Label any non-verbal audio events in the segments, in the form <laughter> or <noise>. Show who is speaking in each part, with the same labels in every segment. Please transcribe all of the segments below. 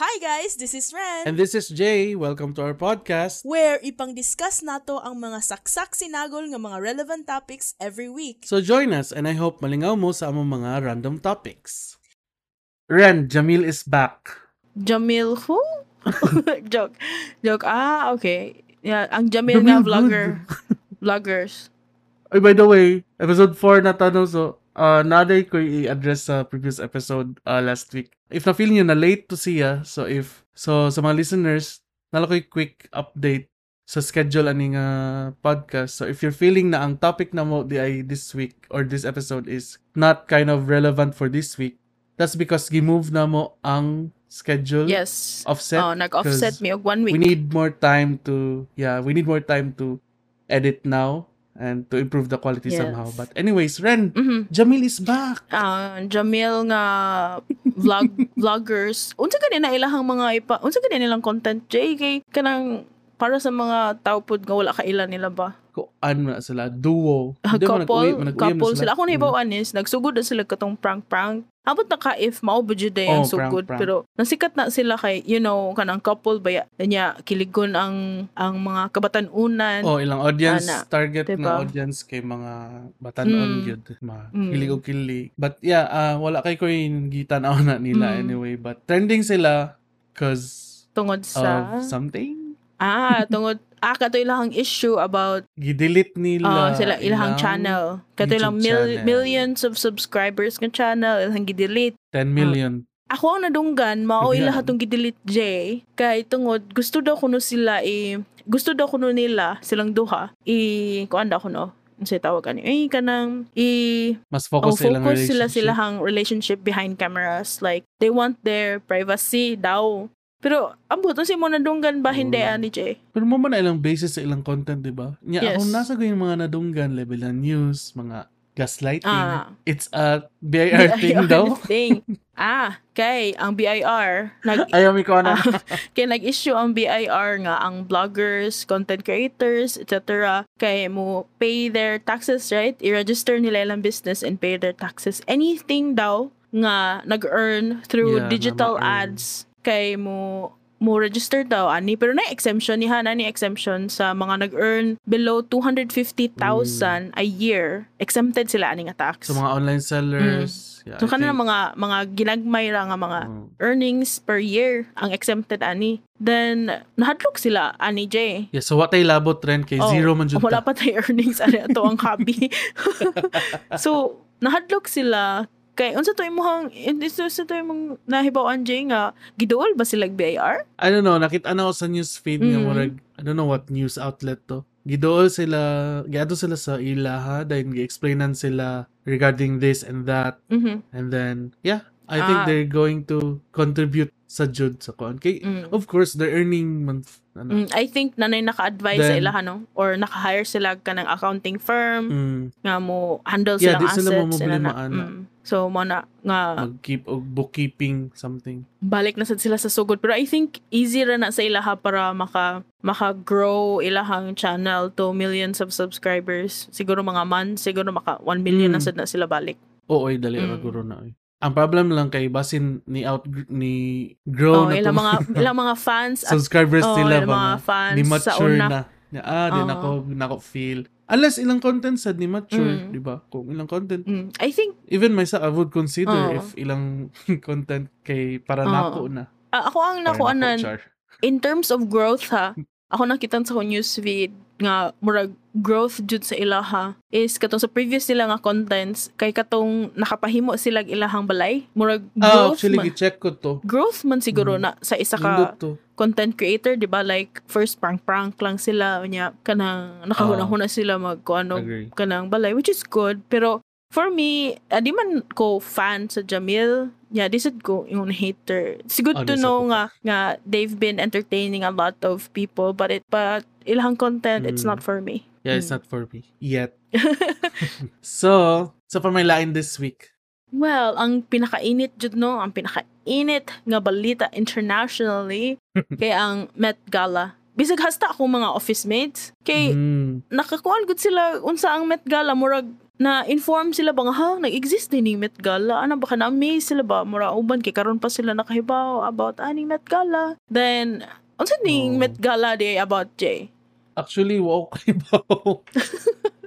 Speaker 1: Hi guys, this is Ren.
Speaker 2: And this is Jay. Welcome to our podcast.
Speaker 1: where ipang-discuss nato ang mga saksak sinagol ng mga relevant topics every week.
Speaker 2: So join us and I hope malingaw mo sa among mga random topics. Ren, Jamil is back.
Speaker 3: Jamil who? <laughs> joke. Joke. Ah, okay. Yeah, ang Jamil
Speaker 2: Jamil
Speaker 3: nga vlogger. Vloggers.
Speaker 2: Ay, by the way, episode 4 na tanong so, uh, naaday ko i-address sa previous episode uh, last week. If na-feel nyo na late to siya, so if, so sa mga listeners, nala ko'y quick update sa schedule ani nga podcast. So if you're feeling na ang topic na mo di ay this week or this episode is not kind of relevant for this week, that's because gimove na mo ang schedule
Speaker 3: Yes.
Speaker 2: offset.
Speaker 3: oh,
Speaker 2: 'cause
Speaker 3: nag-offset me og one
Speaker 2: we
Speaker 3: week.
Speaker 2: need more time to yeah we need more time to edit now and to improve the quality
Speaker 3: Yes.
Speaker 2: somehow but anyways Ren
Speaker 3: Mhm.
Speaker 2: Jamil is back
Speaker 3: Ah, Jamil nga
Speaker 2: <laughs>
Speaker 3: vlog vloggers. Unsa gani na ilahang mga ipa unsa gani nilang content JK kanang para sa mga tao pod nga wala kaila nila ba?
Speaker 2: kuan mo ano na sila duo Hindi mo
Speaker 3: couple,
Speaker 2: nag-uwi- nag-uyam na
Speaker 3: couple sila. Ako na
Speaker 2: Mm.
Speaker 3: ibaw anis, nagsugod na sila katong prank-prank. Abot na ka if mao ba jud
Speaker 2: Oh,
Speaker 3: ang sugod
Speaker 2: prank-prank.
Speaker 3: pero nasikat na sila kay you know kanang couple ba ya nya kiligon ang ang mga kabatan-unan.
Speaker 2: oh ilang audience
Speaker 3: Ana,
Speaker 2: target na
Speaker 3: diba?
Speaker 2: audience kay mga batanon
Speaker 3: Mm.
Speaker 2: gyud mga
Speaker 3: Mm.
Speaker 2: kilig o kilig but yeah ah, wala kay ko gitan na nila
Speaker 3: Mm.
Speaker 2: anyway but trending sila cause
Speaker 3: tungod sa
Speaker 2: of something
Speaker 3: ah tungod <laughs> ah kato ilang issue about
Speaker 2: gidelete nila
Speaker 3: ah, sila ilahang channel kato ilang
Speaker 2: YouTube
Speaker 3: mil-
Speaker 2: channel.
Speaker 3: millions of subscribers ng channel ilang gidelete
Speaker 2: 10 million
Speaker 3: Ako ang nadunggan, mao
Speaker 2: Grabe.
Speaker 3: ila hatong gidelete J. Kay tungod, gusto daw kuno sila i... Gusto daw kuno nila, silang duha, i... Kuan daw kuno? Ano siya tawag ani? Eh, kanang i...
Speaker 2: mas
Speaker 3: Oh,
Speaker 2: focus, sila ng
Speaker 3: focus
Speaker 2: relationship.
Speaker 3: sila sila hang relationship behind cameras. Like, they want their privacy daw. Pero, ambot, unsi mo nadunggan ba hindi
Speaker 2: Mm.
Speaker 3: ani J?
Speaker 2: Pero mo man na ilang basis sa ilang content, di ba? Nya,
Speaker 3: Yes.
Speaker 2: Kung nasa ko yung mga nadunggan, level ng news, mga gaslighting,
Speaker 3: Ah.
Speaker 2: it's a
Speaker 3: <laughs>
Speaker 2: BIR thing
Speaker 3: BIR
Speaker 2: daw.
Speaker 3: thing. Ah, kay, ang BIR, nag,
Speaker 2: Ayaw ano? mi ko na.
Speaker 3: Ah, <laughs> kay nag-issue ang BIR nga ang bloggers, content creators, etc. Kay mo pay their taxes, right? I-register nila ilang business and pay their taxes. Anything daw nga nag-earn through
Speaker 2: Yeah, nga
Speaker 3: digital
Speaker 2: ma-earn.
Speaker 3: ads kay mo mo register daw ani pero na exemption ni Hana ni exemption sa mga nag-earn below 250,000 a year exempted sila ani nga tax.
Speaker 2: Sa Hmm. mga online sellers. Yeah,
Speaker 3: so
Speaker 2: I
Speaker 3: kanang
Speaker 2: think,
Speaker 3: Mm. mga mga ginagmay ra nga mga
Speaker 2: oh,
Speaker 3: earnings per year ang exempted ani. Then, nahadlok sila ani J.
Speaker 2: yeah, so what ay labot trend kay
Speaker 3: Oh,
Speaker 2: zero man jud
Speaker 3: Wala
Speaker 2: ta.
Speaker 3: pa tayo earnings ani
Speaker 2: <laughs>
Speaker 3: ato ang hobby. so, nahadlok sila kay unsa to imong unsa to imong nahibaw-an J nga giduol ba sila og BIR?
Speaker 2: I don't know, nakita na ako sa news feed nga
Speaker 3: Mm.
Speaker 2: murag, I don't know what news outlet to. Gidool sila, giado sila sa ilaha, dahil gi-explainan sila regarding this and that.
Speaker 3: Mhm.
Speaker 2: And then, yeah, I think
Speaker 3: Ah.
Speaker 2: they're going to contribute sa Jud sa kuan. Kay,
Speaker 3: Mm.
Speaker 2: of course, they're earning month. Ano,
Speaker 3: Mm, I think nanay naka-advise sa
Speaker 2: Then-
Speaker 3: ila no or naka-hire sila ka ng accounting firm
Speaker 2: mm,
Speaker 3: nga mo handle
Speaker 2: Yeah,
Speaker 3: silang
Speaker 2: di sila
Speaker 3: assets
Speaker 2: mamobili
Speaker 3: na-
Speaker 2: maana.
Speaker 3: Mm. So mo na nga
Speaker 2: mag-keep o bookkeeping something.
Speaker 3: balik na sad sila sa sugod pero I think easy ra na sa ilaha para maka maka grow ilahang channel to millions of subscribers siguro mga months siguro maka 1
Speaker 2: Mm.
Speaker 3: million na sad na sila balik
Speaker 2: Oo, oy, dali
Speaker 3: Mm.
Speaker 2: mm. na oy. Ang problem lang kay basin ni out ni grow
Speaker 3: oh,
Speaker 2: na
Speaker 3: ilang
Speaker 2: to- <laughs>
Speaker 3: mga ilang mga fans at
Speaker 2: subscribers
Speaker 3: oh,
Speaker 2: nila
Speaker 3: ilang
Speaker 2: ba
Speaker 3: mga
Speaker 2: nga?
Speaker 3: fans
Speaker 2: ni
Speaker 3: sa
Speaker 2: mature
Speaker 3: una
Speaker 2: na. Nga, Ah, din
Speaker 3: Oo.
Speaker 2: ako nako feel. Unless ilang content sad ni mature,
Speaker 3: Mm.
Speaker 2: di ba? Kung ilang content,
Speaker 3: Mm, I think
Speaker 2: even myself I would consider
Speaker 3: Oo.
Speaker 2: if ilang <laughs> content kay para
Speaker 3: Oo.
Speaker 2: nako na.
Speaker 3: ah, ako ang
Speaker 2: Para nako,
Speaker 3: nakuanan
Speaker 2: char.
Speaker 3: in terms of growth ha, ako nakita sa ko newsfeed nga murag growth jud sa ilaha is katong sa previous nila nga contents kay katong nakapahimo silang ilahang balay murag
Speaker 2: Ah,
Speaker 3: growth
Speaker 2: actually,
Speaker 3: man,
Speaker 2: gi-check ko to.
Speaker 3: growth man siguro
Speaker 2: Mm.
Speaker 3: na sa isa
Speaker 2: Nindot
Speaker 3: ka
Speaker 2: to.
Speaker 3: content creator di ba like first prank prank lang sila nya kanang nakahuna-huna sila mag kung ano
Speaker 2: Ah. Agree.
Speaker 3: kanang balay which is good pero for me ah, di man ko fan sa Jamil yeah this is ko yung hater it's good
Speaker 2: Ah,
Speaker 3: to
Speaker 2: di sa
Speaker 3: know
Speaker 2: ko.
Speaker 3: nga nga they've been entertaining a lot of people but it but ilang content it's
Speaker 2: Mm.
Speaker 3: not for me
Speaker 2: Yeah, it's
Speaker 3: Mm.
Speaker 2: not for me.
Speaker 3: <laughs>
Speaker 2: Yet. So, sa pamailain this week.
Speaker 3: Well, ang pinakainit jud no, ang pinakainit nga balita internationally kay ang Met Gala. Bisag hasta akong mga office mates kay
Speaker 2: Mm.
Speaker 3: nakakuan gud sila unsa ang Met Gala murag na inform sila ba nga ha nag-exist din yung Met Gala ana baka na amaze sila ba mura uban kay karon pa sila nakahibaw about aning Met Gala then unsa ning
Speaker 2: Oh.
Speaker 3: Met Gala day about Jay
Speaker 2: Actually, wow <laughs> kay
Speaker 3: <laughs>
Speaker 2: Bao.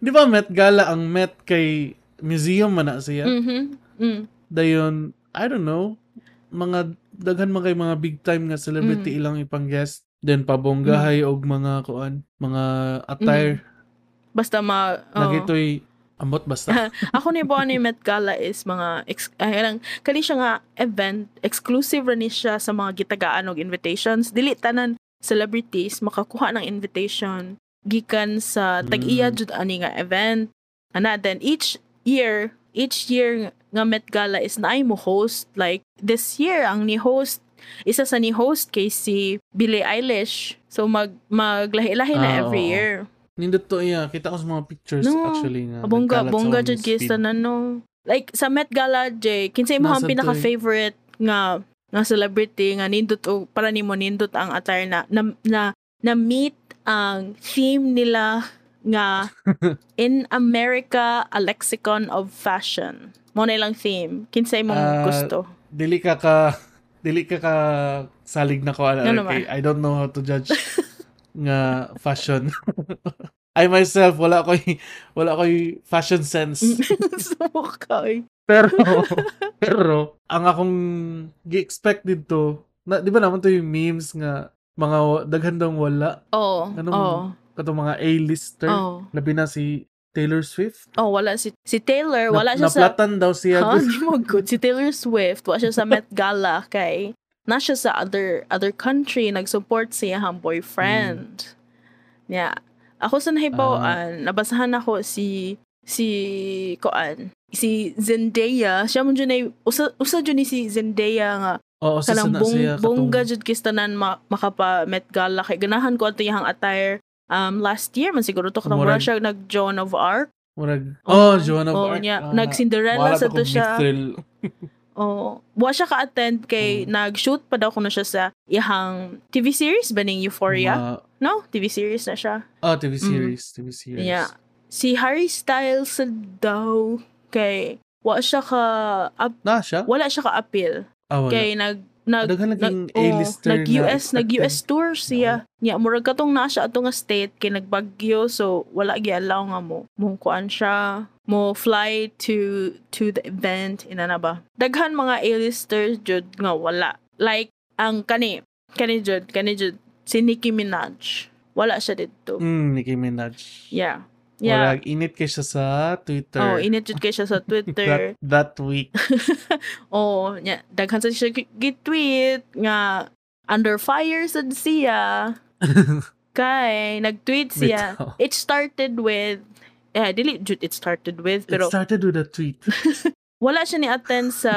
Speaker 2: Di ba Met Gala ang Met kay museum man na siya?
Speaker 3: mhm mm.
Speaker 2: Dayon, I don't know, mga daghan man kay mga big time nga celebrity
Speaker 3: Mm.
Speaker 2: ilang ipang guest. Then
Speaker 3: Hmm.
Speaker 2: pabonggahay og mga kuan, mga attire.
Speaker 3: basta ma Hmm. oh. oo.
Speaker 2: Nagitoy ambot
Speaker 3: <laughs>
Speaker 2: basta.
Speaker 3: Ako ni po ni Met Gala is mga ex, ay lang kali siya nga event exclusive ra ni siya sa mga gitagaan og invitations dili tanan celebrities makakuha ng invitation gikan sa tag-iya
Speaker 2: Mm.
Speaker 3: jud ani nga event ana then each year each year nga Met Gala is naay mo host like this year ang ni host isa sa ni host kay si Billie Eilish so mag maglahi-lahi na
Speaker 2: Ah,
Speaker 3: every
Speaker 2: oo.
Speaker 3: year
Speaker 2: Nindot to iya, kita ko sa mga pictures
Speaker 3: No.
Speaker 2: actually nga.
Speaker 3: Abongga,
Speaker 2: nagkalat sa
Speaker 3: bongga
Speaker 2: akong
Speaker 3: jud
Speaker 2: feed.
Speaker 3: gyud na no. Like sa Met Gala Jay, kinsay mo
Speaker 2: Nasad to
Speaker 3: ang
Speaker 2: eh.
Speaker 3: pinaka favorite nga nga celebrity nga nindot o para nimo nindot ang attire na na na, na meet ang theme nila
Speaker 2: <laughs>
Speaker 3: nga In America, a lexicon of fashion. Mo na ilang theme. Kinsay mong
Speaker 2: Ah,
Speaker 3: gusto.
Speaker 2: Dili ka ka dili ka ka salig na ko ala
Speaker 3: Ano
Speaker 2: kay I don't know how to judge nga fashion. <laughs> I myself wala ko wala ko fashion sense.
Speaker 3: Mm. <laughs> Sumok ka, oy.
Speaker 2: <laughs> Pero pero ang akong gi-expect dito, na, di ba naman to yung memes nga mga wa- daghan daw wala
Speaker 3: Oo.
Speaker 2: Anong-
Speaker 3: Oo.
Speaker 2: kato mga A-lister
Speaker 3: Oo.
Speaker 2: labi na si Taylor Swift.
Speaker 3: Oh, wala si si Taylor,
Speaker 2: Na-
Speaker 3: wala siya sa
Speaker 2: naplatan daw siya.
Speaker 3: Ha, <laughs> di mo good. Oh Si Taylor Swift, wa siya sa
Speaker 2: <laughs>
Speaker 3: Met Gala kay na siya sa other other country, nag-support siya ang
Speaker 2: Hmm.
Speaker 3: boyfriend. Yeah. Ako sa
Speaker 2: Ah.
Speaker 3: nahibawaan, nabasahan ako si si Koan, si Zendaya, siya mo dyan ay, usa, usa dyan ni si Zendaya nga,
Speaker 2: Oo, sa
Speaker 3: kanang
Speaker 2: sana siya.
Speaker 3: bong,
Speaker 2: katong-
Speaker 3: bongga jud kistanan ma, makapa Met Gala, kay ganahan ko ato yung attire, um, last year, man siguro to, kanang mura
Speaker 2: Murag-
Speaker 3: siya nag-Joan of Arc,
Speaker 2: Murag, oh,
Speaker 3: Oo.
Speaker 2: Joan of Arc.
Speaker 3: Oo,
Speaker 2: ah,
Speaker 3: niya. Nag-Cinderella
Speaker 2: wala
Speaker 3: sa
Speaker 2: pa
Speaker 3: to
Speaker 2: kong
Speaker 3: siya.
Speaker 2: mithril.
Speaker 3: Oo. Wa siya ka-attend kay
Speaker 2: Mm.
Speaker 3: nag-shoot pa daw kuno siya sa ihang TV series ba ning Euphoria?
Speaker 2: Mga-
Speaker 3: No, TV series na siya.
Speaker 2: Ah, TV
Speaker 3: Mm.
Speaker 2: series, TV series.
Speaker 3: Yeah. Si Harry Styles daw kay wa siya ka ap-
Speaker 2: Na siya?
Speaker 3: wala siya ka-appeal
Speaker 2: Ah, wala.
Speaker 3: kay nag nag
Speaker 2: Daghan naging
Speaker 3: nag- oo,
Speaker 2: A-lister na Oh.
Speaker 3: nag-US
Speaker 2: expected.
Speaker 3: nag-US tour siya. Nya murag katong naa siya ato nga state kay nagbagyo so wala gyalaw nga mo mong kuan siya mo fly to to the event ina na ba. Daghan mga A-listers jud nga wala. Like ang kani kani jud kani jud si Nicki Minaj. Wala siya dito.
Speaker 2: Mm, Nicki Minaj.
Speaker 3: Yeah. Yeah.
Speaker 2: Murag, init kay siya sa Twitter.
Speaker 3: Oh, init jud kay siya
Speaker 2: <laughs>
Speaker 3: sa Twitter.
Speaker 2: that, that week.
Speaker 3: Oo, nya, daghan sa siya gi- gitweet nga under fire sad siya. Kay nag-tweet siya.
Speaker 2: Bitaw.
Speaker 3: It started with eh dili jud it started with
Speaker 2: It
Speaker 3: <laughs> pero
Speaker 2: started with a tweet.
Speaker 3: wala siya ni attend sa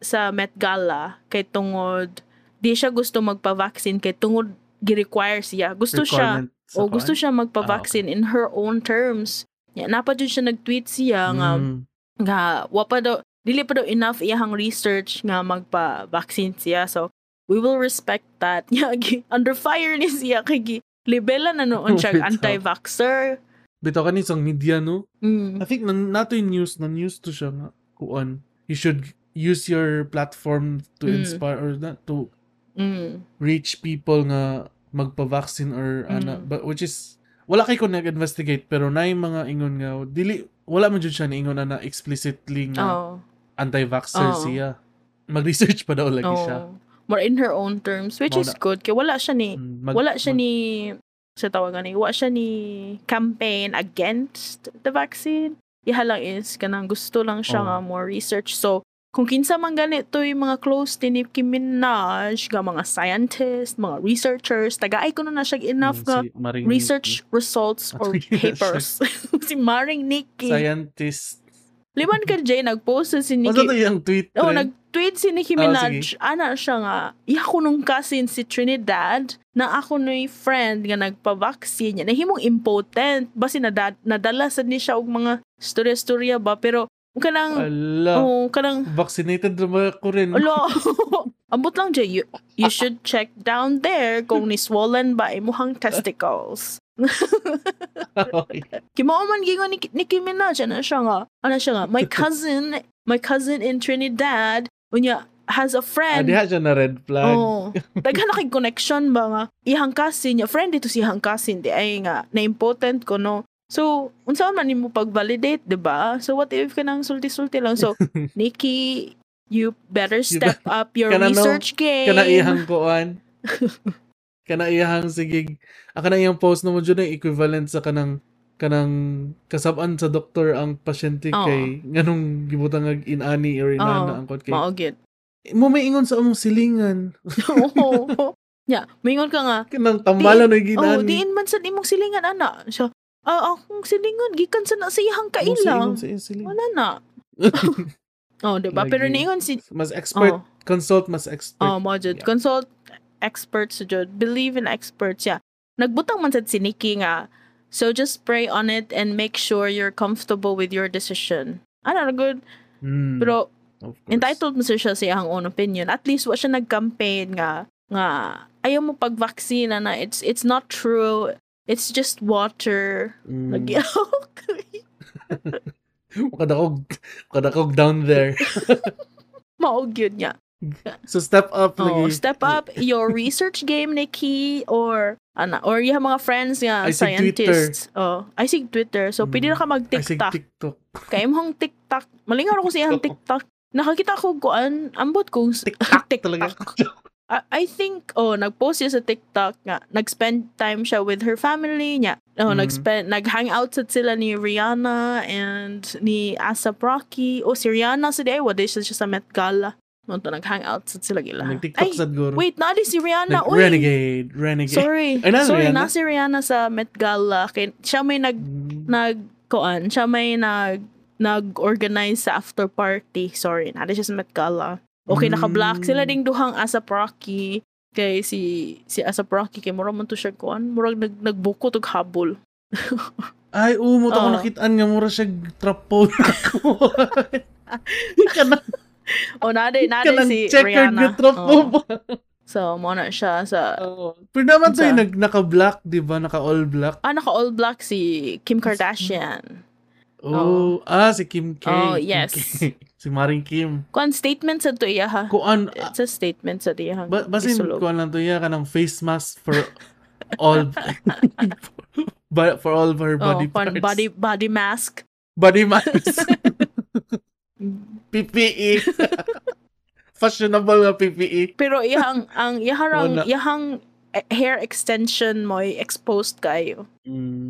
Speaker 3: sa Met Gala kay tungod di siya gusto magpa-vaccine kay tungod gi-require siya. <laughs> Gusto siya
Speaker 2: Requirement sa Ah,
Speaker 3: o gusto
Speaker 2: kuan.
Speaker 3: siya magpa-vaccine in her own terms. Nya, Napa jud siya nag-tweet siya nga
Speaker 2: Mm.
Speaker 3: nga wa pa daw dili pa daw enough iyang research nga magpa vaccine siya so we will respect that <laughs> nga gi- under fire ni siya kay gi libela na noon siya
Speaker 2: Wait,
Speaker 3: anti-vaxxer
Speaker 2: Bitaw ka ni isang media, no? I
Speaker 3: mm.
Speaker 2: think nan nato yung news, nan news to siya nga. Kuan. You should use your platform to
Speaker 3: Mm.
Speaker 2: inspire or not to
Speaker 3: Mm.
Speaker 2: reach people nga magpa-vaccine or ana
Speaker 3: Mm.
Speaker 2: but which is wala kay ko nag-investigate pero na yung mga ingon nga dili wala man jud siya ni ingon na explicitly nga
Speaker 3: oh
Speaker 2: anti-vaxxer
Speaker 3: Oo.
Speaker 2: siya mag-research pa daw lagi siya
Speaker 3: oh more in her own terms which
Speaker 2: Mao
Speaker 3: is
Speaker 2: na.
Speaker 3: good kay wala siya ni
Speaker 2: Mm, mag-
Speaker 3: wala siya
Speaker 2: mag-
Speaker 3: ni sa tawagan ni wala siya ni campaign against the vaccine iha lang is kanang gusto lang siya
Speaker 2: Oo.
Speaker 3: nga more research so kung kinsa man ganito yung mga close ni Nicki Minaj nga mga scientists mga researchers tagaay ko na siya enough
Speaker 2: Mm,
Speaker 3: nga
Speaker 2: si Maring
Speaker 3: research results
Speaker 2: <laughs>
Speaker 3: or
Speaker 2: Maring Nicki.
Speaker 3: papers <laughs> si Maring
Speaker 2: Nicki.
Speaker 3: Nicki
Speaker 2: scientist
Speaker 3: liman ka Jay nagpost si
Speaker 2: basta
Speaker 3: Nicki
Speaker 2: to yung tweet
Speaker 3: Oh,
Speaker 2: trend?
Speaker 3: nag-tweet si Nicki
Speaker 2: Oh,
Speaker 3: Minaj, ana siya nga, iya ko nung kasin si Trinidad, na ako nung friend nga nagpa-vaccine niya, nahimong impotent, basi nadad, nadala sad ni siya og mga storya-storya ba, pero kanang,
Speaker 2: ala
Speaker 3: oh, kanang,
Speaker 2: vaccinated na ba ko rin <laughs>
Speaker 3: alo, <laughs> ambot lang Jay, you, you should check down there kung ni swollen ba imuhang testicles.
Speaker 2: Okay.
Speaker 3: Kimao man gingon ni Nicki Minaj ana siya nga. Ana siya nga. My cousin, my cousin in Trinidad, unya has a
Speaker 2: Ah,
Speaker 3: friend.
Speaker 2: diha siya na red flag.
Speaker 3: Oh. Daghan na kay connection ba nga. Ihang kasin niya. Friend dito si ihang kasin. Di ay nga. Na-important ko no. So, unsa man nimo pag-validate, di ba? So, what if ka nang sulti-sulti
Speaker 2: <laughs>
Speaker 3: lang? So, Nikki, you
Speaker 2: You
Speaker 3: better step up your
Speaker 2: Kana no,
Speaker 3: research game.
Speaker 2: Kana ihang kuan. kana ihang sige. Ah, kana ihang post na mo dyan ay equivalent sa kanang kanang kasaban sa doktor ang pasyente
Speaker 3: Oo.
Speaker 2: kay nganong gibutang ag inani or inana
Speaker 3: Oo.
Speaker 2: ang kot kay.
Speaker 3: <laughs> Mao gyud.
Speaker 2: Mo may ingon sa among silingan.
Speaker 3: <laughs> Oo. Nya, mingon ka nga.
Speaker 2: Kanang tambalan oy
Speaker 3: Oh,
Speaker 2: ginani.
Speaker 3: diin man sad imong silingan ana. So, ah, akong silingan gikan sa na sa
Speaker 2: Among
Speaker 3: iyang
Speaker 2: silingon
Speaker 3: kaila.
Speaker 2: sa iyang silingan.
Speaker 3: Wala
Speaker 2: <laughs>
Speaker 3: na. Oh, di ba?
Speaker 2: Lagi.
Speaker 3: Pero niingon si
Speaker 2: mas expert
Speaker 3: Oh.
Speaker 2: consult mas expert.
Speaker 3: Oh, mo jud.
Speaker 2: Yeah.
Speaker 3: Consult experts jud. Believe in experts yeah. Nagbutang man sad si Nikki nga. So just pray on it and make sure you're comfortable with your decision. Ano na good.
Speaker 2: Mm,
Speaker 3: Pero
Speaker 2: of course.
Speaker 3: entitled mo siya sa iyang own opinion. At least wa siya nag-campaign nga nga ayaw mo pag-vaccine na it's it's not true. It's just water.
Speaker 2: Mm.
Speaker 3: <laughs> Nag-iawak.
Speaker 2: Kadakog, kadakog down
Speaker 3: <laughs>
Speaker 2: there.
Speaker 3: Maog yun niya.
Speaker 2: So step up
Speaker 3: Oh,
Speaker 2: lagi.
Speaker 3: step up your research game, Nikki, or ana, or yung mga friends nga,
Speaker 2: I sig
Speaker 3: scientists. Oh, I see Twitter. So,
Speaker 2: Mm.
Speaker 3: pwede na ka
Speaker 2: I say
Speaker 3: mag-TikTok.
Speaker 2: TikTok.
Speaker 3: Kaya mo hang TikTok. Malingaw ako sa
Speaker 2: <laughs>
Speaker 3: iyang TikTok. Nakakita ko kuan, ambot kong s- <laughs>
Speaker 2: TikTok talaga.
Speaker 3: I, I think, oh, nag-post siya sa TikTok nga. Nag-spend time siya with her family niya. Oh,
Speaker 2: Mm.
Speaker 3: nag-spend, nag-hangout sa sila ni Rihanna and ni ASAP Rocky. Oh, si Rihanna sa di ay, wala siya siya sa Met Gala. Nung to, nag-hangout sa sila gila.
Speaker 2: Nag-Tiktok
Speaker 3: Ay,
Speaker 2: sad guro.
Speaker 3: wait, na di si
Speaker 2: Mm. Nag-
Speaker 3: Rihanna. Uy,
Speaker 2: renegade, renegade.
Speaker 3: Sorry.
Speaker 2: Ay, na si
Speaker 3: sorry,
Speaker 2: Rihanna?
Speaker 3: na si Rihanna sa Met Gala. Kay, siya may nag,
Speaker 2: Mm.
Speaker 3: nag, koan, siya may nag, nag-organize sa after party. Sorry, na di siya sa Met Gala. Okay,
Speaker 2: Mm.
Speaker 3: naka-black. Sila ding duhang Asap Rocky. Kay si, si Asap Rocky, kay mura man to siya koan. Murag nag, nagbukot og habol.
Speaker 2: Ay, umot ako
Speaker 3: Oo.
Speaker 2: nakitaan nga mura siya trapo.
Speaker 3: <laughs>
Speaker 2: Kanang,
Speaker 3: O, na di, na di
Speaker 2: kanang
Speaker 3: si
Speaker 2: checkered
Speaker 3: Rihanna.
Speaker 2: nga trapo
Speaker 3: Oo.
Speaker 2: ba?
Speaker 3: So, mo na siya sa,
Speaker 2: Oo. Pero naman tayo,
Speaker 3: Sa-
Speaker 2: nag, naka-black, di ba? Naka-all black.
Speaker 3: ah, naka-all black si Kim Kardashian.
Speaker 2: Oh, ah, si Kim K.
Speaker 3: Oh,
Speaker 2: Kim
Speaker 3: yes.
Speaker 2: K. si Maring Kim.
Speaker 3: Kuan statement sa to iya ha.
Speaker 2: Kuan, ah,
Speaker 3: It's a statement sa iya.
Speaker 2: ba, basin,
Speaker 3: isulog.
Speaker 2: kuan lang to iya, kanang face mask for all,
Speaker 3: <laughs>
Speaker 2: ba- for all of her body
Speaker 3: oh, parts.
Speaker 2: parts.
Speaker 3: body body mask.
Speaker 2: Body
Speaker 3: <laughs>
Speaker 2: mask. PPE. E. Fashionable na PPE.
Speaker 3: Pero ihang ang
Speaker 2: Wala.
Speaker 3: iharang ihang eh, hair extension mo ay exposed kayo.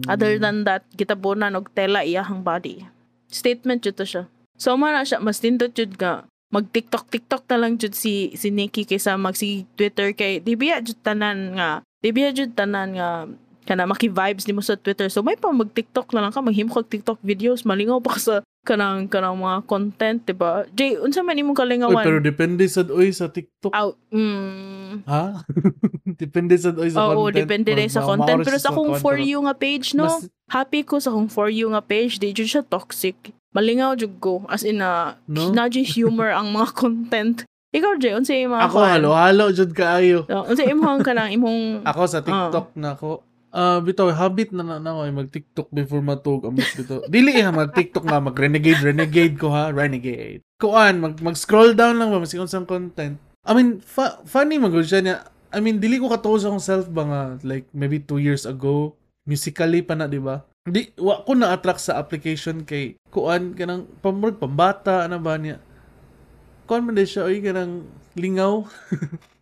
Speaker 3: Other
Speaker 2: Hmm.
Speaker 3: than that, gitabunan og tela iyahang body. Statement jud to siya. So man na siya mas tindot jud nga mag TikTok TikTok na lang jud si si Nikki kaysa mag si Twitter kay di biya jud tanan nga di biya jud tanan nga kana maki vibes nimo sa Twitter. So may pa mag TikTok na lang ka maghimo kag TikTok videos malingaw pa ka sa kanang kanang mga content, di ba? Jay, unsa man imong
Speaker 2: Uy,
Speaker 3: kalingawan?
Speaker 2: pero depende sa oy sa TikTok.
Speaker 3: out. Mm,
Speaker 2: Ha? <laughs> depende sa oy sa
Speaker 3: oo,
Speaker 2: content.
Speaker 3: depende rin
Speaker 2: Mga-
Speaker 3: sa
Speaker 2: mga
Speaker 3: content.
Speaker 2: oras
Speaker 3: Pero sa akong
Speaker 2: content. ano?
Speaker 3: for you nga page, no?
Speaker 2: Mas-
Speaker 3: happy ko sa akong for you nga page. Di dyan siya toxic. Malingaw jud ko. As in, na
Speaker 2: No?
Speaker 3: na dyan humor ang mga <laughs> content. Ikaw, Jay, unsa yung mga
Speaker 2: ako, ano?
Speaker 3: kuhaan?
Speaker 2: halo-halo, jud kaayo.
Speaker 3: So, unsa yung imong ka lang,
Speaker 2: <laughs>
Speaker 3: imong...
Speaker 2: Ako sa TikTok na ako. Ah, bitaw habit na na na ako ay mag-TikTok before matug amot bitaw. Dili eh mag-TikTok nga mag-renegade renegade ko ha, renegade. Kuan mag mag-scroll down lang ba masikon sang content. I mean, fa- funny man gud siya niya. I mean, dili ko katuo sa akong self ba nga like maybe two years ago musically pa na, di ba? Di, wa ko na-attract sa application kay kuan kanang pamurag pambata ano ba niya. Kuan man din siya oy kanang lingaw.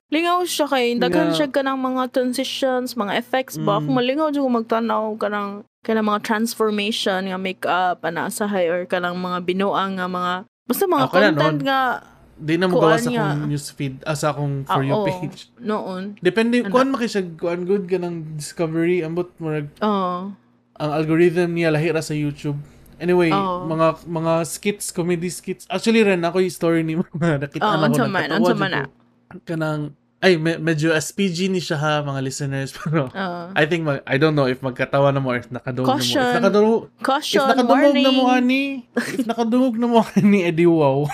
Speaker 3: Lingaw siya kay,
Speaker 2: Nga.
Speaker 3: daghan siya ka ng mga transitions, mga effects ba?
Speaker 2: Mm.
Speaker 3: Kung malingaw dyan ko magtanaw ka ng, ka ng mga transformation, nga makeup, anasahay, or ka ng mga binuang, nga mga... Basta mga
Speaker 2: Ako na noon.
Speaker 3: content nga
Speaker 2: Di na magawa
Speaker 3: Kuan
Speaker 2: sa
Speaker 3: niya.
Speaker 2: akong newsfeed, ah, sa akong for
Speaker 3: ano Ah,
Speaker 2: you
Speaker 3: oo.
Speaker 2: page.
Speaker 3: noon.
Speaker 2: Depende,
Speaker 3: Ano?
Speaker 2: kuan makisag, kuan good ka ng discovery, ambot murag,
Speaker 3: Oo.
Speaker 2: ang algorithm niya lahira sa YouTube. Anyway,
Speaker 3: Oo.
Speaker 2: mga mga skits, comedy skits. Actually rin, ako yung story ni <laughs> mga nakita na
Speaker 3: Oo,
Speaker 2: ako.
Speaker 3: unsa man,
Speaker 2: nagkatawa
Speaker 3: unsa
Speaker 2: dyan
Speaker 3: man
Speaker 2: ko. Kanang, ay, me- medyo SPG ni siya ha, mga listeners. <laughs> Pero,
Speaker 3: Oo.
Speaker 2: I think, mag- I don't know if magkatawa na mo or if nakadungog na mo. If
Speaker 3: Caution.
Speaker 2: nakadungog, if
Speaker 3: Caution,
Speaker 2: nakadungog
Speaker 3: warning.
Speaker 2: na mo, ani, if nakadungog na mo, ani, edi
Speaker 3: <laughs>
Speaker 2: wow. <laughs>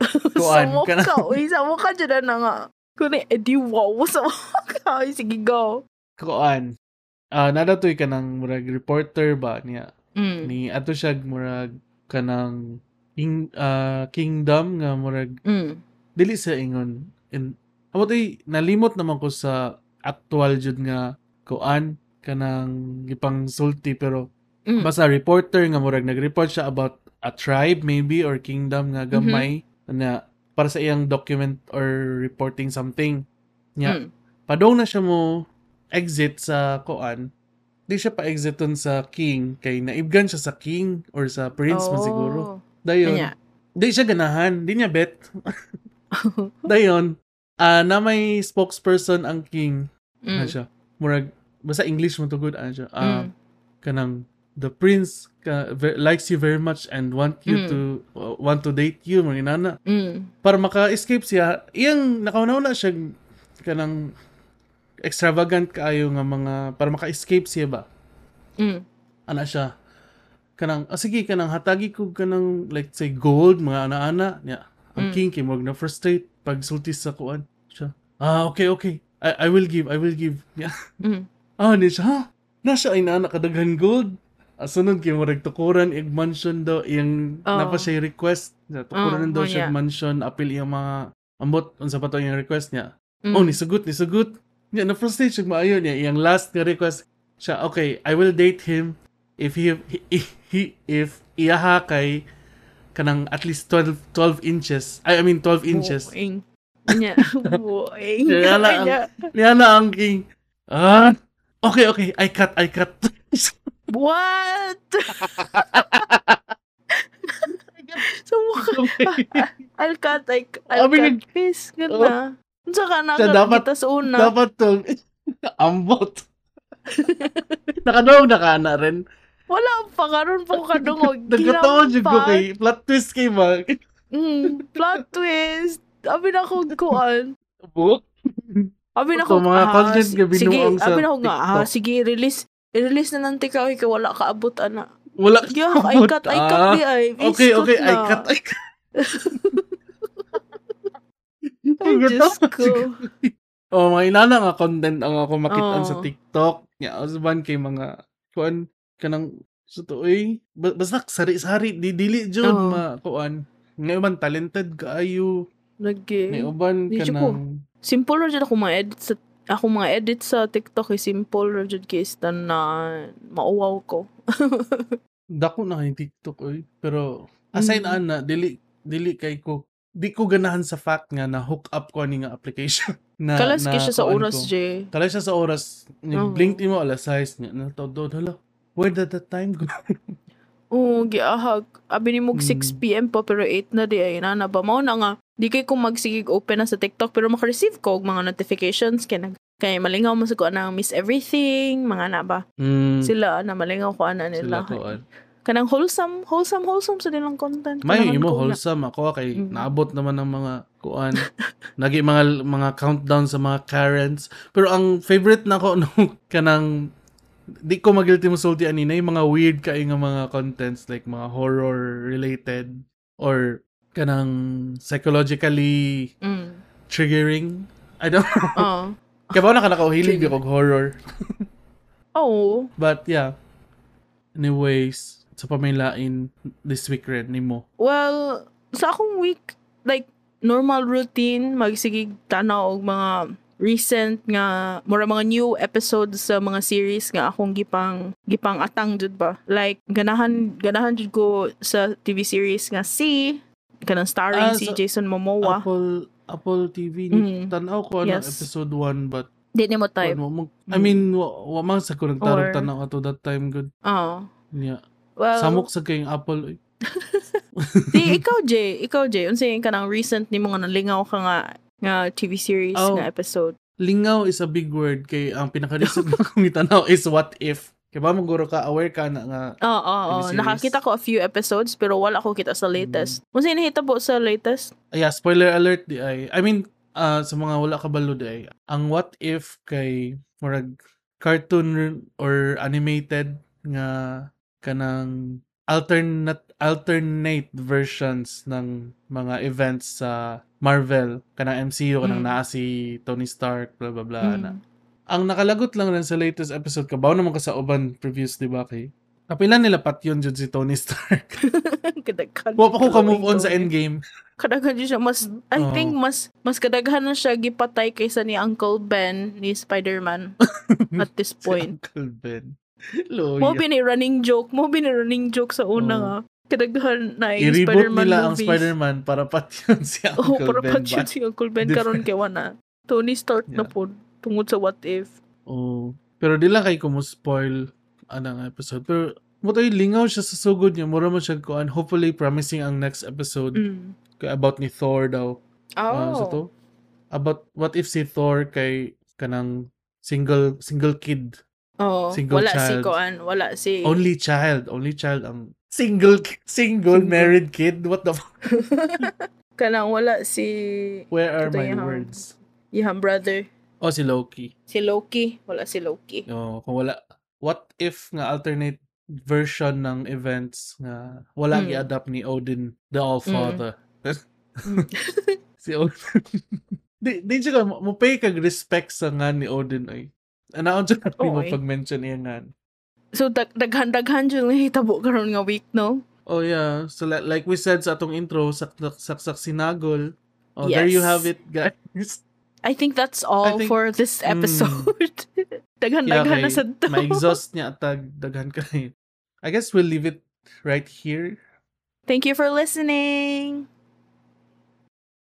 Speaker 3: Sa
Speaker 2: kuan,
Speaker 3: mukha,
Speaker 2: kanang,
Speaker 3: uy, sa mukha dyan <laughs> na na nga. Kuni, edi wow, sa mukha. Uy, sige, go.
Speaker 2: kuan. ah nadatoy ka ng murag reporter ba niya
Speaker 3: Mm.
Speaker 2: ni ato siya murag ka ng king, ah, kingdom nga murag
Speaker 3: Mm.
Speaker 2: dili sa ingon and amo tay nalimot naman ko sa actual jud nga kuan kanang gipang sulti pero
Speaker 3: Mm.
Speaker 2: basta reporter nga murag nag-report siya about a tribe maybe or kingdom nga
Speaker 3: Mm-hmm.
Speaker 2: gamay na para sa iyang document or reporting something niya
Speaker 3: Mm.
Speaker 2: padong na siya mo exit sa kuan di siya pa exit dun sa king kay naibgan siya sa king or sa prince
Speaker 3: Oh.
Speaker 2: man siguro dayon
Speaker 3: Kanya.
Speaker 2: Di siya ganahan. Di niya
Speaker 3: <laughs>
Speaker 2: bet. Dayon, ah na may spokesperson ang king. Ano
Speaker 3: Mm.
Speaker 2: siya? Murag, basta English mo to good. Ano siya? Ah,
Speaker 3: Mm.
Speaker 2: Kanang, the prince ka, ver- likes you very much and want you
Speaker 3: Mm.
Speaker 2: to, uh, want to date you. Mga inana.
Speaker 3: Mm.
Speaker 2: Para maka-escape siya, iyang nakaunaw na siya kanang extravagant kaayo nga mga, para maka-escape siya ba?
Speaker 3: Mm.
Speaker 2: ana siya kanang ah, sige kanang hatagi ko kanang like say gold mga ana-ana niya ang
Speaker 3: Mm.
Speaker 2: king kay mag na frustrate pag sulti sa kuan siya ah okay okay I, I will give I will give niya
Speaker 3: Mm.
Speaker 2: <laughs> ah ni siya ha na siya ay naana kadaghan gold asunod kay murag tukuran ig mansion daw iyang
Speaker 3: Oh.
Speaker 2: napa siya request niya
Speaker 3: Oh,
Speaker 2: tukuran daw
Speaker 3: oh,
Speaker 2: siya
Speaker 3: yeah.
Speaker 2: mansion apil iyang mga ambot unsa pa to iyang request niya
Speaker 3: Mm.
Speaker 2: Oh, nisugot, nisugot. Niya, na-frustrate siya maayo niya. Iyang last nga request siya, okay, I will date him if he, he, he if iyaha kay kanang at least 12, 12 inches. I, I mean, 12 inches.
Speaker 3: Boing.
Speaker 2: <laughs>
Speaker 3: Kanya. <laughs> Boing.
Speaker 2: Kaya lang ang-
Speaker 3: Kanya.
Speaker 2: Niya na ang king. Ah, okay, okay, I cut, I cut. <laughs>
Speaker 3: What? so, mukha- I'll cut, like, I'll
Speaker 2: Sabi
Speaker 3: cut
Speaker 2: nga-
Speaker 3: this. Good
Speaker 2: Oh.
Speaker 3: na. Unsa ka na
Speaker 2: Siya dapat-
Speaker 3: kita sa una.
Speaker 2: Dapat tong ambot. <laughs> Nakadong na ka na rin.
Speaker 3: Wala pa karon po
Speaker 2: <laughs>
Speaker 3: kadungog.
Speaker 2: Nagkataon siya ko
Speaker 3: Gilampat.
Speaker 2: kay plot twist kay ba?
Speaker 3: Mm, plot twist. Abi na kong kuan.
Speaker 2: Book?
Speaker 3: Abi na
Speaker 2: Ito,
Speaker 3: kong
Speaker 2: mga
Speaker 3: ahas.
Speaker 2: content nga
Speaker 3: Sige,
Speaker 2: binuang sa
Speaker 3: abi na kong
Speaker 2: TikTok.
Speaker 3: ahas. Sige, release. I-release na nanti ka kay wala ka abot ana.
Speaker 2: Wala ka
Speaker 3: Yeah, I
Speaker 2: ambot,
Speaker 3: cut, I
Speaker 2: ah.
Speaker 3: cut di ay.
Speaker 2: Okay,
Speaker 3: Biskot
Speaker 2: okay,
Speaker 3: na.
Speaker 2: I cut, I cut.
Speaker 3: <laughs> Ay, Diyos ko.
Speaker 2: Oh, mga inana nga content ang ako makitaan sa
Speaker 3: Oo.
Speaker 2: TikTok. Nya, usban kay mga kuan kanang sa tuoy. Ba- Basta sari-sari di dili jud
Speaker 3: Oo.
Speaker 2: ma kuan. Ngayon man talented kaayo.
Speaker 3: Lagi.
Speaker 2: Ngayon man
Speaker 3: Eh, Di siya
Speaker 2: kanang
Speaker 3: Simple ra jud ako mga edit sa ako mga edit sa TikTok is simple ra jud kay stan na mauwaw ko.
Speaker 2: dako na kay TikTok oy. Pero aside
Speaker 3: Mm.
Speaker 2: ana dili dili kay ko di ko ganahan sa fact nga na hook up ko ani nga application <laughs> na
Speaker 3: Kalas
Speaker 2: na
Speaker 3: kay siya sa
Speaker 2: kuan
Speaker 3: oras, Oh.
Speaker 2: ko.
Speaker 3: J.
Speaker 2: Kala siya sa oras,
Speaker 3: Oo.
Speaker 2: blink din mo alas 6 niya. Natawdod, hala, where did the time go?
Speaker 3: Oo, giahag. Abi ni mog
Speaker 2: Mm.
Speaker 3: 6pm pa pero 8 na di ay na na ba. Mao na nga, di kay ko magsigig open na sa TikTok pero makareceive ko og mga notifications kay nag kay malingaw mo sa ko anang miss everything, mga na ba.
Speaker 2: Mm,
Speaker 3: Sila na malingaw Hmm. ko ana nila. Kanang wholesome, wholesome, wholesome sa nilang content.
Speaker 2: May
Speaker 3: Kailangan
Speaker 2: imo
Speaker 3: ko na-
Speaker 2: wholesome ako kay
Speaker 3: Mm.
Speaker 2: naabot naman ng mga kuan. Nagi mga mga countdown sa mga Karens. Pero ang favorite nako <laughs> nung kanang di ko magilty mo sulti ani na yung mga weird kay nga mga contents like mga horror related or kanang psychologically
Speaker 3: Mm. Ah.
Speaker 2: triggering. I don't
Speaker 3: <laughs>
Speaker 2: know.
Speaker 3: Oo.
Speaker 2: Kaya ba naka nakauhilig ako og horror?
Speaker 3: Oo.
Speaker 2: But yeah. Anyways, sa pamilain this week rin nimo.
Speaker 3: Well, sa akong week, like, normal routine, magsigig tanaw og mga recent nga mura mga new episodes sa mga series nga akong gipang gipang atang jud ba like ganahan ganahan jud ko sa TV series nga si kanang
Speaker 2: Ah,
Speaker 3: starring si
Speaker 2: so- ah,
Speaker 3: Jason Momoa
Speaker 2: Apple Apple TV
Speaker 3: Mm.
Speaker 2: ni tanaw ko ano
Speaker 3: Yes.
Speaker 2: episode 1 but
Speaker 3: di ni mo
Speaker 2: kuwan
Speaker 3: type
Speaker 2: mo mag- I
Speaker 3: Mm.
Speaker 2: mean wa, wa man sa ko nagtarong
Speaker 3: Or- Oh.
Speaker 2: tanaw ato that time ya. good
Speaker 3: ah
Speaker 2: niya.
Speaker 3: well
Speaker 2: Samok sa kayong Apple. oy.
Speaker 3: <laughs> di ikaw Jay ikaw Jay unsay kanang recent ni mga nalingaw ka nga nga TV series
Speaker 2: Oh.
Speaker 3: nga episode
Speaker 2: Lingaw is a big word kay ah, ang <laughs> pinaka-recent na kong itanaw is what if. Kaya ba maguro ka aware ka na nga
Speaker 3: Oo, oo, oo.
Speaker 2: Miniseries.
Speaker 3: Nakakita ko a few episodes pero wala ko kita
Speaker 2: Mm-hmm.
Speaker 3: sa latest. Kung sino nahita po sa latest? <laughs>
Speaker 2: Ah, yeah, spoiler alert di ay. I mean, ah, sa mga wala kabalo di ay. Ang what if kay murag cartoon or animated nga kanang alternate alternate versions ng mga events sa Marvel kanang MCU kanang
Speaker 3: Mm.
Speaker 2: naa si Tony Stark blah blah blah na.
Speaker 3: Mm.
Speaker 2: Ang nakalagot lang rin sa latest episode, kabaw naman ka sa uban previews, di ba, kay? Kapilan nila pat yun dyan si Tony Stark.
Speaker 3: Kadaghan.
Speaker 2: Wa pa ko ka-move on
Speaker 3: eh.
Speaker 2: sa Oh. endgame.
Speaker 3: Kadaghan siya mas I
Speaker 2: Oo.
Speaker 3: think mas mas kadaghan na siya gipatay kaysa ni Uncle Ben ni
Speaker 2: <laughs>
Speaker 3: Spider-Man at this point.
Speaker 2: Si Uncle Ben. <laughs> Loya.
Speaker 3: Mo bini running joke, mo bini running joke sa una
Speaker 2: Oo.
Speaker 3: nga. Kadaghan na yung
Speaker 2: Oh. I-reboot
Speaker 3: Spider-Man
Speaker 2: nila ang
Speaker 3: movies. <laughs>
Speaker 2: Spider-Man para pat yun <laughs> si
Speaker 3: Oh,
Speaker 2: Uncle
Speaker 3: para
Speaker 2: Ben.
Speaker 3: pag
Speaker 2: ba?
Speaker 3: si Uncle Ben
Speaker 2: Different.
Speaker 3: karon kay wala. Tony Stark na
Speaker 2: Yeah.
Speaker 3: po tungod sa what if.
Speaker 2: Oo. Oh. Pero di lang kay kumuspoil anang episode. Pero mutoy lingaw siya sa sugod niya. Mura mo siya kuan. Hopefully promising ang next episode
Speaker 3: Mm. Oh.
Speaker 2: kay about ni Thor daw. Ah, sa to? About what if si Thor kay kanang single single kid.
Speaker 3: Oo.
Speaker 2: Single
Speaker 3: Oh. wala si
Speaker 2: child. Oh,
Speaker 3: Koan, wala si
Speaker 2: Only child. Only child ang single ki- single
Speaker 3: Single.
Speaker 2: married kid. What the fuck?
Speaker 3: <laughs> kanang wala si
Speaker 2: Where are
Speaker 3: Ito
Speaker 2: my
Speaker 3: yung-
Speaker 2: words?
Speaker 3: Iham brother,
Speaker 2: Oh, si Loki.
Speaker 3: si Loki, wala si Loki.
Speaker 2: No, kung wala what if nga alternate version ng events nga wala
Speaker 3: Mm.
Speaker 2: i-adapt ni Odin the All-Father.
Speaker 3: Mm.
Speaker 2: <laughs> si Odin. di, di siya ka, mo mo pay kag respect sa nga ni Odin ay. Anaon <laughs> siya ka mo
Speaker 3: Oy.
Speaker 2: pag mention niya nga.
Speaker 3: So dag- daghan-daghan jud nga hitabo karon nga week no.
Speaker 2: Oh yeah, so li- like we said sa atong intro, saksak saksak sinagol. Oh, there you have
Speaker 3: Yes.
Speaker 2: it, guys.
Speaker 3: I think that's all
Speaker 2: think-
Speaker 3: for this
Speaker 2: Mm.
Speaker 3: episode. <laughs>
Speaker 2: Yeah,
Speaker 3: daghan-daghan na
Speaker 2: kay-
Speaker 3: sa to.
Speaker 2: Ma-exhaust niya atag daghan kay. I guess we'll leave it right here.
Speaker 3: Thank you for listening.